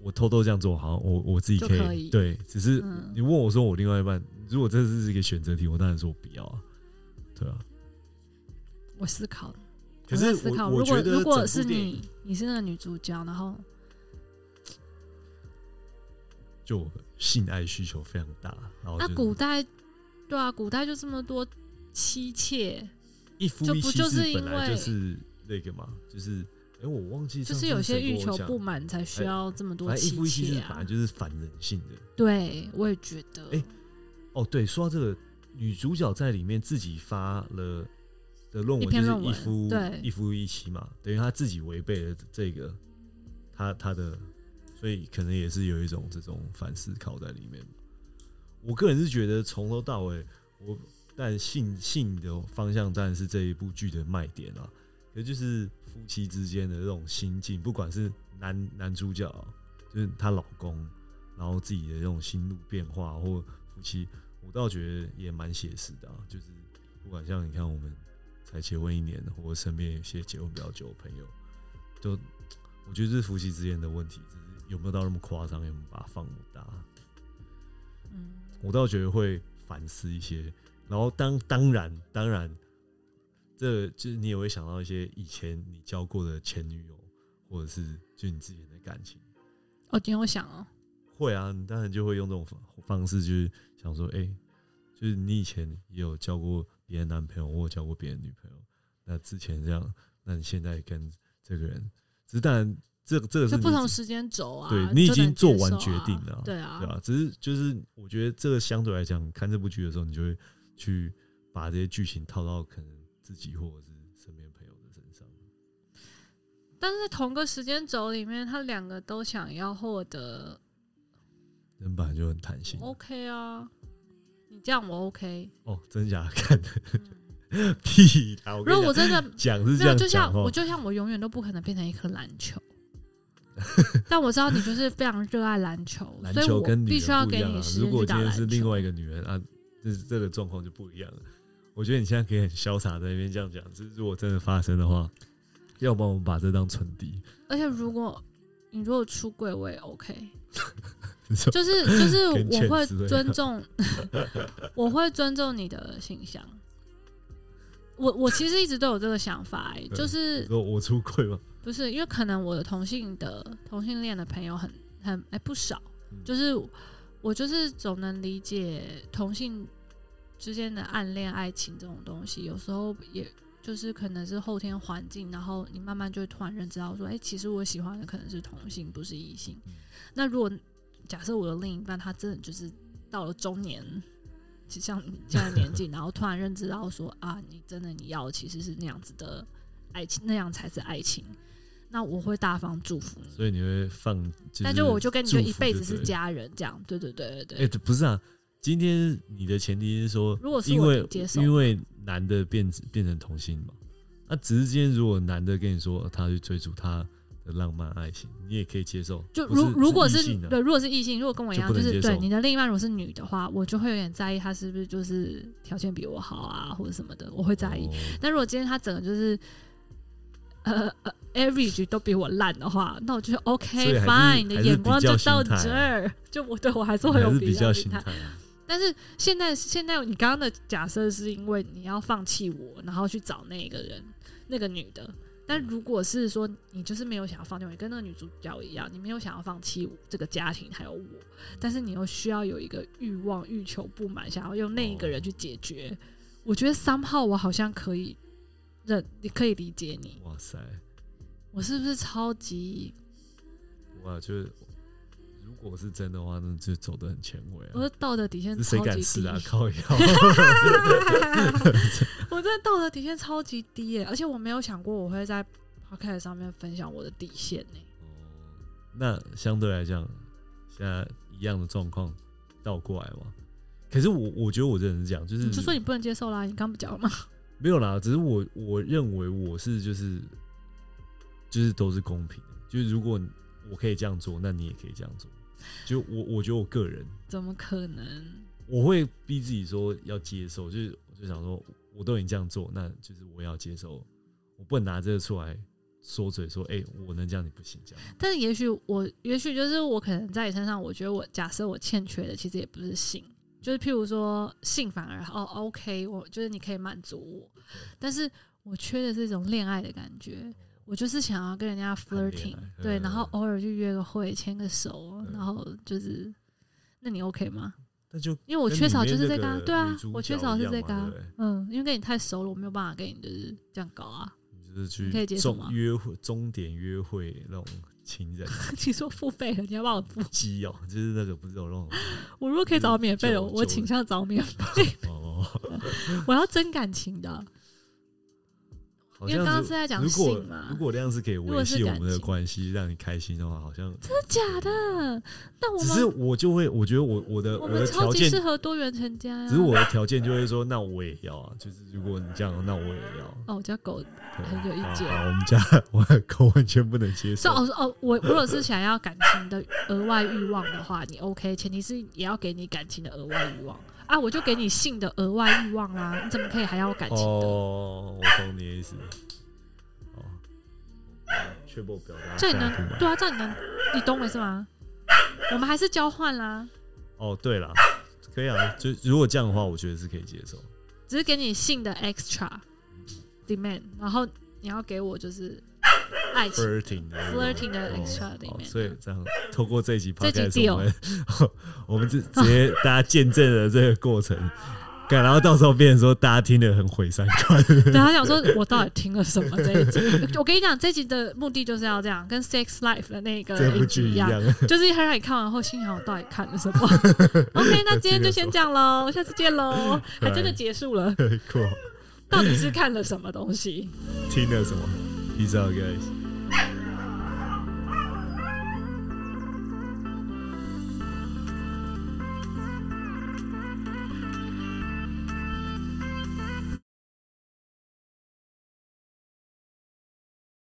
Speaker 2: 我偷偷这样做，好像我我自己
Speaker 1: 就
Speaker 2: 可以，
Speaker 1: 可以
Speaker 2: 对，只是
Speaker 1: 嗯
Speaker 2: 你问我说我另外一半，如果这是一个选择题，我当然说我不要啊，对啊。
Speaker 1: 我思考，我
Speaker 2: 可
Speaker 1: 在
Speaker 2: 是
Speaker 1: 思
Speaker 2: 我
Speaker 1: 考，
Speaker 2: 我
Speaker 1: 如果
Speaker 2: 觉得
Speaker 1: 如果
Speaker 2: 整
Speaker 1: 是
Speaker 2: 部电影哦
Speaker 1: 你，你是那个女主角，然后
Speaker 2: 就我性爱需求非常大，然后
Speaker 1: 那
Speaker 2: 就是
Speaker 1: 古代，对啊，古代就这么多妻妾，
Speaker 2: 一夫
Speaker 1: 就
Speaker 2: 一
Speaker 1: 不
Speaker 2: 妻
Speaker 1: 就是
Speaker 2: 制
Speaker 1: 因
Speaker 2: 本来就
Speaker 1: 为
Speaker 2: 是那个嘛，就是哎、我忘记
Speaker 1: 就
Speaker 2: 上
Speaker 1: 是
Speaker 2: 次
Speaker 1: 有些
Speaker 2: 谁跟
Speaker 1: 欲
Speaker 2: 我
Speaker 1: 求
Speaker 2: 讲
Speaker 1: 不满才需
Speaker 2: 哎
Speaker 1: 要这么多
Speaker 2: 反正一
Speaker 1: 妻
Speaker 2: 夫一妻
Speaker 1: 妾
Speaker 2: 制本
Speaker 1: 啊
Speaker 2: 来。就是反人性的。
Speaker 1: 对，我也觉得。
Speaker 2: 哎哦，对，说到这个，女主角在里面自己发了的论
Speaker 1: 一
Speaker 2: 文，
Speaker 1: 篇
Speaker 2: 就是
Speaker 1: 论
Speaker 2: 一
Speaker 1: 文
Speaker 2: 夫
Speaker 1: 对
Speaker 2: 一夫一妻嘛，等于她自己违背了这个，她她的，所以可能也是有一种这种反思考在里面。我个人是觉得从头到尾，我但性性的方向当然是这一部剧的卖点啊，也就是夫妻之间的这种心境，不管是男男主角啊就是她老公，然后自己的这种心路变化或夫妻，我倒觉得也蛮写实的、啊。就是不管像你看我们才结婚一年，或身边有一些结婚比较久的朋友，就我觉得这是夫妻之间的问题，只是有没有到那么夸张，有没有把它放大。
Speaker 1: 嗯，
Speaker 2: 我倒觉得会反思一些。然后当当然当然，这就是你也会想到一些以前你交过的前女友，或者是就你自己的感情。
Speaker 1: 哦，你有想哦，
Speaker 2: 会啊，你当然就会用这种方方式，就是想说，哎、就是你以前也有交过别人男朋友，我有交过别人女朋友，那之前这样，那你现在跟这个人，只是当然这个这个是
Speaker 1: 就
Speaker 2: 你
Speaker 1: 不同时间轴啊，
Speaker 2: 对你已
Speaker 1: 就能
Speaker 2: 经做
Speaker 1: 接
Speaker 2: 完
Speaker 1: 受
Speaker 2: 决定了啊
Speaker 1: 啊对啊，
Speaker 2: 对吧？只是就是我觉得这个相对来讲，看这部剧的时候，你就会去把这些剧情套到可能自己或者是身边朋友的身上。
Speaker 1: 但是同个时间轴里面，他两个都想要获得
Speaker 2: 人本来就很贪心
Speaker 1: ，OK 啊，你这样我 OK。
Speaker 2: 哦，真假的看的 屁啦！我
Speaker 1: 嗯如
Speaker 2: 跟你
Speaker 1: 果我
Speaker 2: 讲
Speaker 1: 真的
Speaker 2: 讲 是
Speaker 1: 没
Speaker 2: 这
Speaker 1: 有，
Speaker 2: 样
Speaker 1: 就
Speaker 2: 讲
Speaker 1: 像
Speaker 2: 哦
Speaker 1: 我，就像我永远都不可能变成一颗篮球， 但我知道你就是非常热爱篮球，
Speaker 2: 篮
Speaker 1: 所以
Speaker 2: 球
Speaker 1: 我
Speaker 2: 跟女
Speaker 1: 必
Speaker 2: 人
Speaker 1: 须要
Speaker 2: 不一
Speaker 1: 给
Speaker 2: 样啊
Speaker 1: 你时。
Speaker 2: 如
Speaker 1: 间
Speaker 2: 果
Speaker 1: 去
Speaker 2: 今
Speaker 1: 打
Speaker 2: 天
Speaker 1: 篮
Speaker 2: 是另
Speaker 1: 球。
Speaker 2: 外一个女人啊，这这个状况就不一样了。我觉得你现在可以很潇洒在那边这样讲，就是如果真的发生的话，要不然我们把这当存底。
Speaker 1: 而且如果你如果出柜，我也 OK。
Speaker 2: 你说
Speaker 1: 就是就是
Speaker 2: 跟
Speaker 1: 我
Speaker 2: 欠
Speaker 1: 会
Speaker 2: 之类的
Speaker 1: 尊重，我会尊重你的形象。我我其实一直都有这个想法、欸，
Speaker 2: 对
Speaker 1: 就是
Speaker 2: 你说我出柜吗？
Speaker 1: 不是因为可能我的同性的同性恋的朋友很很哎、不少
Speaker 2: 嗯，
Speaker 1: 就是我就是总能理解同性之间的暗恋爱情这种东西，有时候也就是可能是后天环境，然后你慢慢就会突然认知到说，哎、其实我喜欢的可能是同性，不是异性。
Speaker 2: 嗯
Speaker 1: 那如果假设我的另一半他真的就是到了中年。就像你这样的年 纪，然后突然认知到说啊，你真的你要的其实是那样子的爱情，那样才是爱情。那我会大方祝福你，
Speaker 2: 所以你会放，就是、
Speaker 1: 但就我就跟你就
Speaker 2: 祝福
Speaker 1: 一辈子
Speaker 2: 对
Speaker 1: 是
Speaker 2: 了。
Speaker 1: 家人这样，对对对对
Speaker 2: 哎、
Speaker 1: 对。
Speaker 2: 对不是啊，今天你的前提是说，
Speaker 1: 如果是
Speaker 2: 因
Speaker 1: 我
Speaker 2: 为
Speaker 1: 能接受，
Speaker 2: 因为男的变变成同性嘛，那、只是今天如果男的跟你说、呃他去追逐他的浪漫爱情，你也可以接受。
Speaker 1: 就
Speaker 2: 不
Speaker 1: 如
Speaker 2: 是
Speaker 1: 如果
Speaker 2: 是异
Speaker 1: 是
Speaker 2: 性啊
Speaker 1: 对，如果是异性，如果跟我一
Speaker 2: 就
Speaker 1: 样，
Speaker 2: 不
Speaker 1: 就
Speaker 2: 能
Speaker 1: 是
Speaker 2: 接
Speaker 1: 对
Speaker 2: 受
Speaker 1: 你的另一半如果是女的话，我就会有点在意她是不是就是条件比我好啊，或者什么的，我会在意。
Speaker 2: 哦
Speaker 1: 但如果今天她整个就是呃呃 average 都比我烂的话，那我就
Speaker 2: 所以
Speaker 1: OK
Speaker 2: 还是
Speaker 1: fine，你的
Speaker 2: 还是
Speaker 1: 眼光
Speaker 2: 比较
Speaker 1: 就
Speaker 2: 心
Speaker 1: 到
Speaker 2: 态啊
Speaker 1: 这儿，就我对我还是
Speaker 2: 你
Speaker 1: 会有
Speaker 2: 还是
Speaker 1: 比
Speaker 2: 比
Speaker 1: 较
Speaker 2: 较
Speaker 1: 心
Speaker 2: 心
Speaker 1: 态。
Speaker 2: 态啊，
Speaker 1: 但是现在现在你刚刚的假设是因为你要放弃我，然后去找那个人那个女的。但如果是说你就是没有想要放弃我，你跟那个女主角一样，你没有想要放弃我这个家庭还有我，但是你又需要有一个欲望、欲求不满，想要用那
Speaker 2: 哦
Speaker 1: 一个人去解决。我觉得三号我好像可以认，你可以理解你，
Speaker 2: 哇塞，
Speaker 1: 我是不是超级？
Speaker 2: 哇，就是如果是真的话，那就走的很前卫
Speaker 1: 我
Speaker 2: 啊。
Speaker 1: 的道德底线
Speaker 2: 这谁
Speaker 1: 超级
Speaker 2: 敢
Speaker 1: 低
Speaker 2: 试啊？靠腰，
Speaker 1: 我真的道德底线超级低耶、而且我没有想过我会在 podcast 上面分享我的底线呢、
Speaker 2: 哦，那相对来讲，现在一样的状况倒过来嘛。可是我我觉得我这人是这样，就是
Speaker 1: 你就说你不能接受啦，你刚不讲了吗？
Speaker 2: 没有啦，只是我我认为我是就是就是都是公平的，就是如果我可以这样做，那你也可以这样做。就我我觉得我个人
Speaker 1: 怎么可能？
Speaker 2: 我会逼自己说要接受，就是我就想说我都已经这样做，那就是我也要接受，我不能拿这个出来说嘴说，哎、我能这样你不行这样。
Speaker 1: 但是也许我，也许就是我可能在你身上，我觉得我假设我欠缺的其实也不是性，就是譬如说性反而哦 OK，我就是你可以满足我，但是我缺的是一种恋爱的感觉。我就是想要跟人家
Speaker 2: 谈恋爱
Speaker 1: flirting，
Speaker 2: 嗯
Speaker 1: 对，然后偶尔去约个会，牵个手，
Speaker 2: 嗯
Speaker 1: 然后就是，那你 OK 吗？
Speaker 2: 那就
Speaker 1: 因为我
Speaker 2: 跟
Speaker 1: 缺
Speaker 2: 里
Speaker 1: 少
Speaker 2: 面
Speaker 1: 就是
Speaker 2: 那
Speaker 1: 这个啊
Speaker 2: 个
Speaker 1: 对
Speaker 2: 女
Speaker 1: 啊
Speaker 2: 主，
Speaker 1: 我缺
Speaker 2: 角
Speaker 1: 少
Speaker 2: 一
Speaker 1: 是
Speaker 2: 样
Speaker 1: 这
Speaker 2: 嘛
Speaker 1: 个啊
Speaker 2: 对不对
Speaker 1: 嗯，因为跟你太熟了，我没有办法跟你就是这样搞啊。
Speaker 2: 就是去
Speaker 1: 你可以接受
Speaker 2: 终
Speaker 1: 吗
Speaker 2: 约会终点约会那种情人
Speaker 1: 你说付费了，你要帮我付，
Speaker 2: 机哦、就是那个不是有那种
Speaker 1: 我如果可以找免费的，
Speaker 2: 就
Speaker 1: 我
Speaker 2: 就
Speaker 1: 我倾向找免费，
Speaker 2: 哦，
Speaker 1: 我要真感情的。
Speaker 2: 好
Speaker 1: 因为
Speaker 2: 像
Speaker 1: 刚刚
Speaker 2: 如
Speaker 1: 是在讲
Speaker 2: 如果
Speaker 1: 性嘛
Speaker 2: 如果那样是可以
Speaker 1: 如果
Speaker 2: 维
Speaker 1: 是
Speaker 2: 系我
Speaker 1: 感
Speaker 2: 们的
Speaker 1: 情
Speaker 2: 关系，让你开心的话，好像真的
Speaker 1: 假的？但我
Speaker 2: 只是
Speaker 1: 们
Speaker 2: 我就会，我觉得我我的
Speaker 1: 我
Speaker 2: 我
Speaker 1: 们
Speaker 2: 的
Speaker 1: 超
Speaker 2: 条
Speaker 1: 级
Speaker 2: 件，
Speaker 1: 适
Speaker 2: 只
Speaker 1: 合多元成家啊呀。
Speaker 2: 是我的条件就会说，那我也要啊。就是如果你这样，那我也要。
Speaker 1: 哦，我家狗
Speaker 2: 对
Speaker 1: 很有意
Speaker 2: 好
Speaker 1: 见
Speaker 2: 好，我们家我的狗完全不能接
Speaker 1: 是
Speaker 2: 受。
Speaker 1: 哦是哦，我我如果是想要感情的额外欲望的话，你 OK，前提是也要给你感情的额外欲望啊，我就给你性的额外欲望啊啦，你怎么可以还要我感情的？
Speaker 2: 哦，我懂你的意思。哦，确保表达
Speaker 1: 这样你
Speaker 2: 下不
Speaker 1: 能
Speaker 2: 满
Speaker 1: 对啊，这样你能，你懂我意思吗？我们还是交换啦，
Speaker 2: 哦，对了，可以啊。就如果这样的话，我觉得是可以接受。
Speaker 1: 只是给你性的 extra demand，然后你要给我就是爱情
Speaker 2: flirting 的那种
Speaker 1: flirting 的
Speaker 2: 哦
Speaker 1: extra 里
Speaker 2: 好
Speaker 1: 面
Speaker 2: 所以这样，透过这一集 p o
Speaker 1: 这
Speaker 2: d
Speaker 1: 集
Speaker 2: c 我们我们直直接大家见证了这个过程，干然后到时候变成说大家听得很毁三观。
Speaker 1: 对他想说，我到底听了什么这一集？我跟你讲，这一集的目的就是要这样，跟《Sex Life》的那个
Speaker 2: 这部
Speaker 1: 一
Speaker 2: 剧
Speaker 1: 集
Speaker 2: 一
Speaker 1: 一
Speaker 2: 样
Speaker 1: 样，，就是他让你看完后心想，我到底看了什 么？OK，那今天就先这样喽，下次见喽。还真的结束了，
Speaker 2: 酷，
Speaker 1: 到底是看了什么东西？
Speaker 2: 听了什么？Peace out, guys.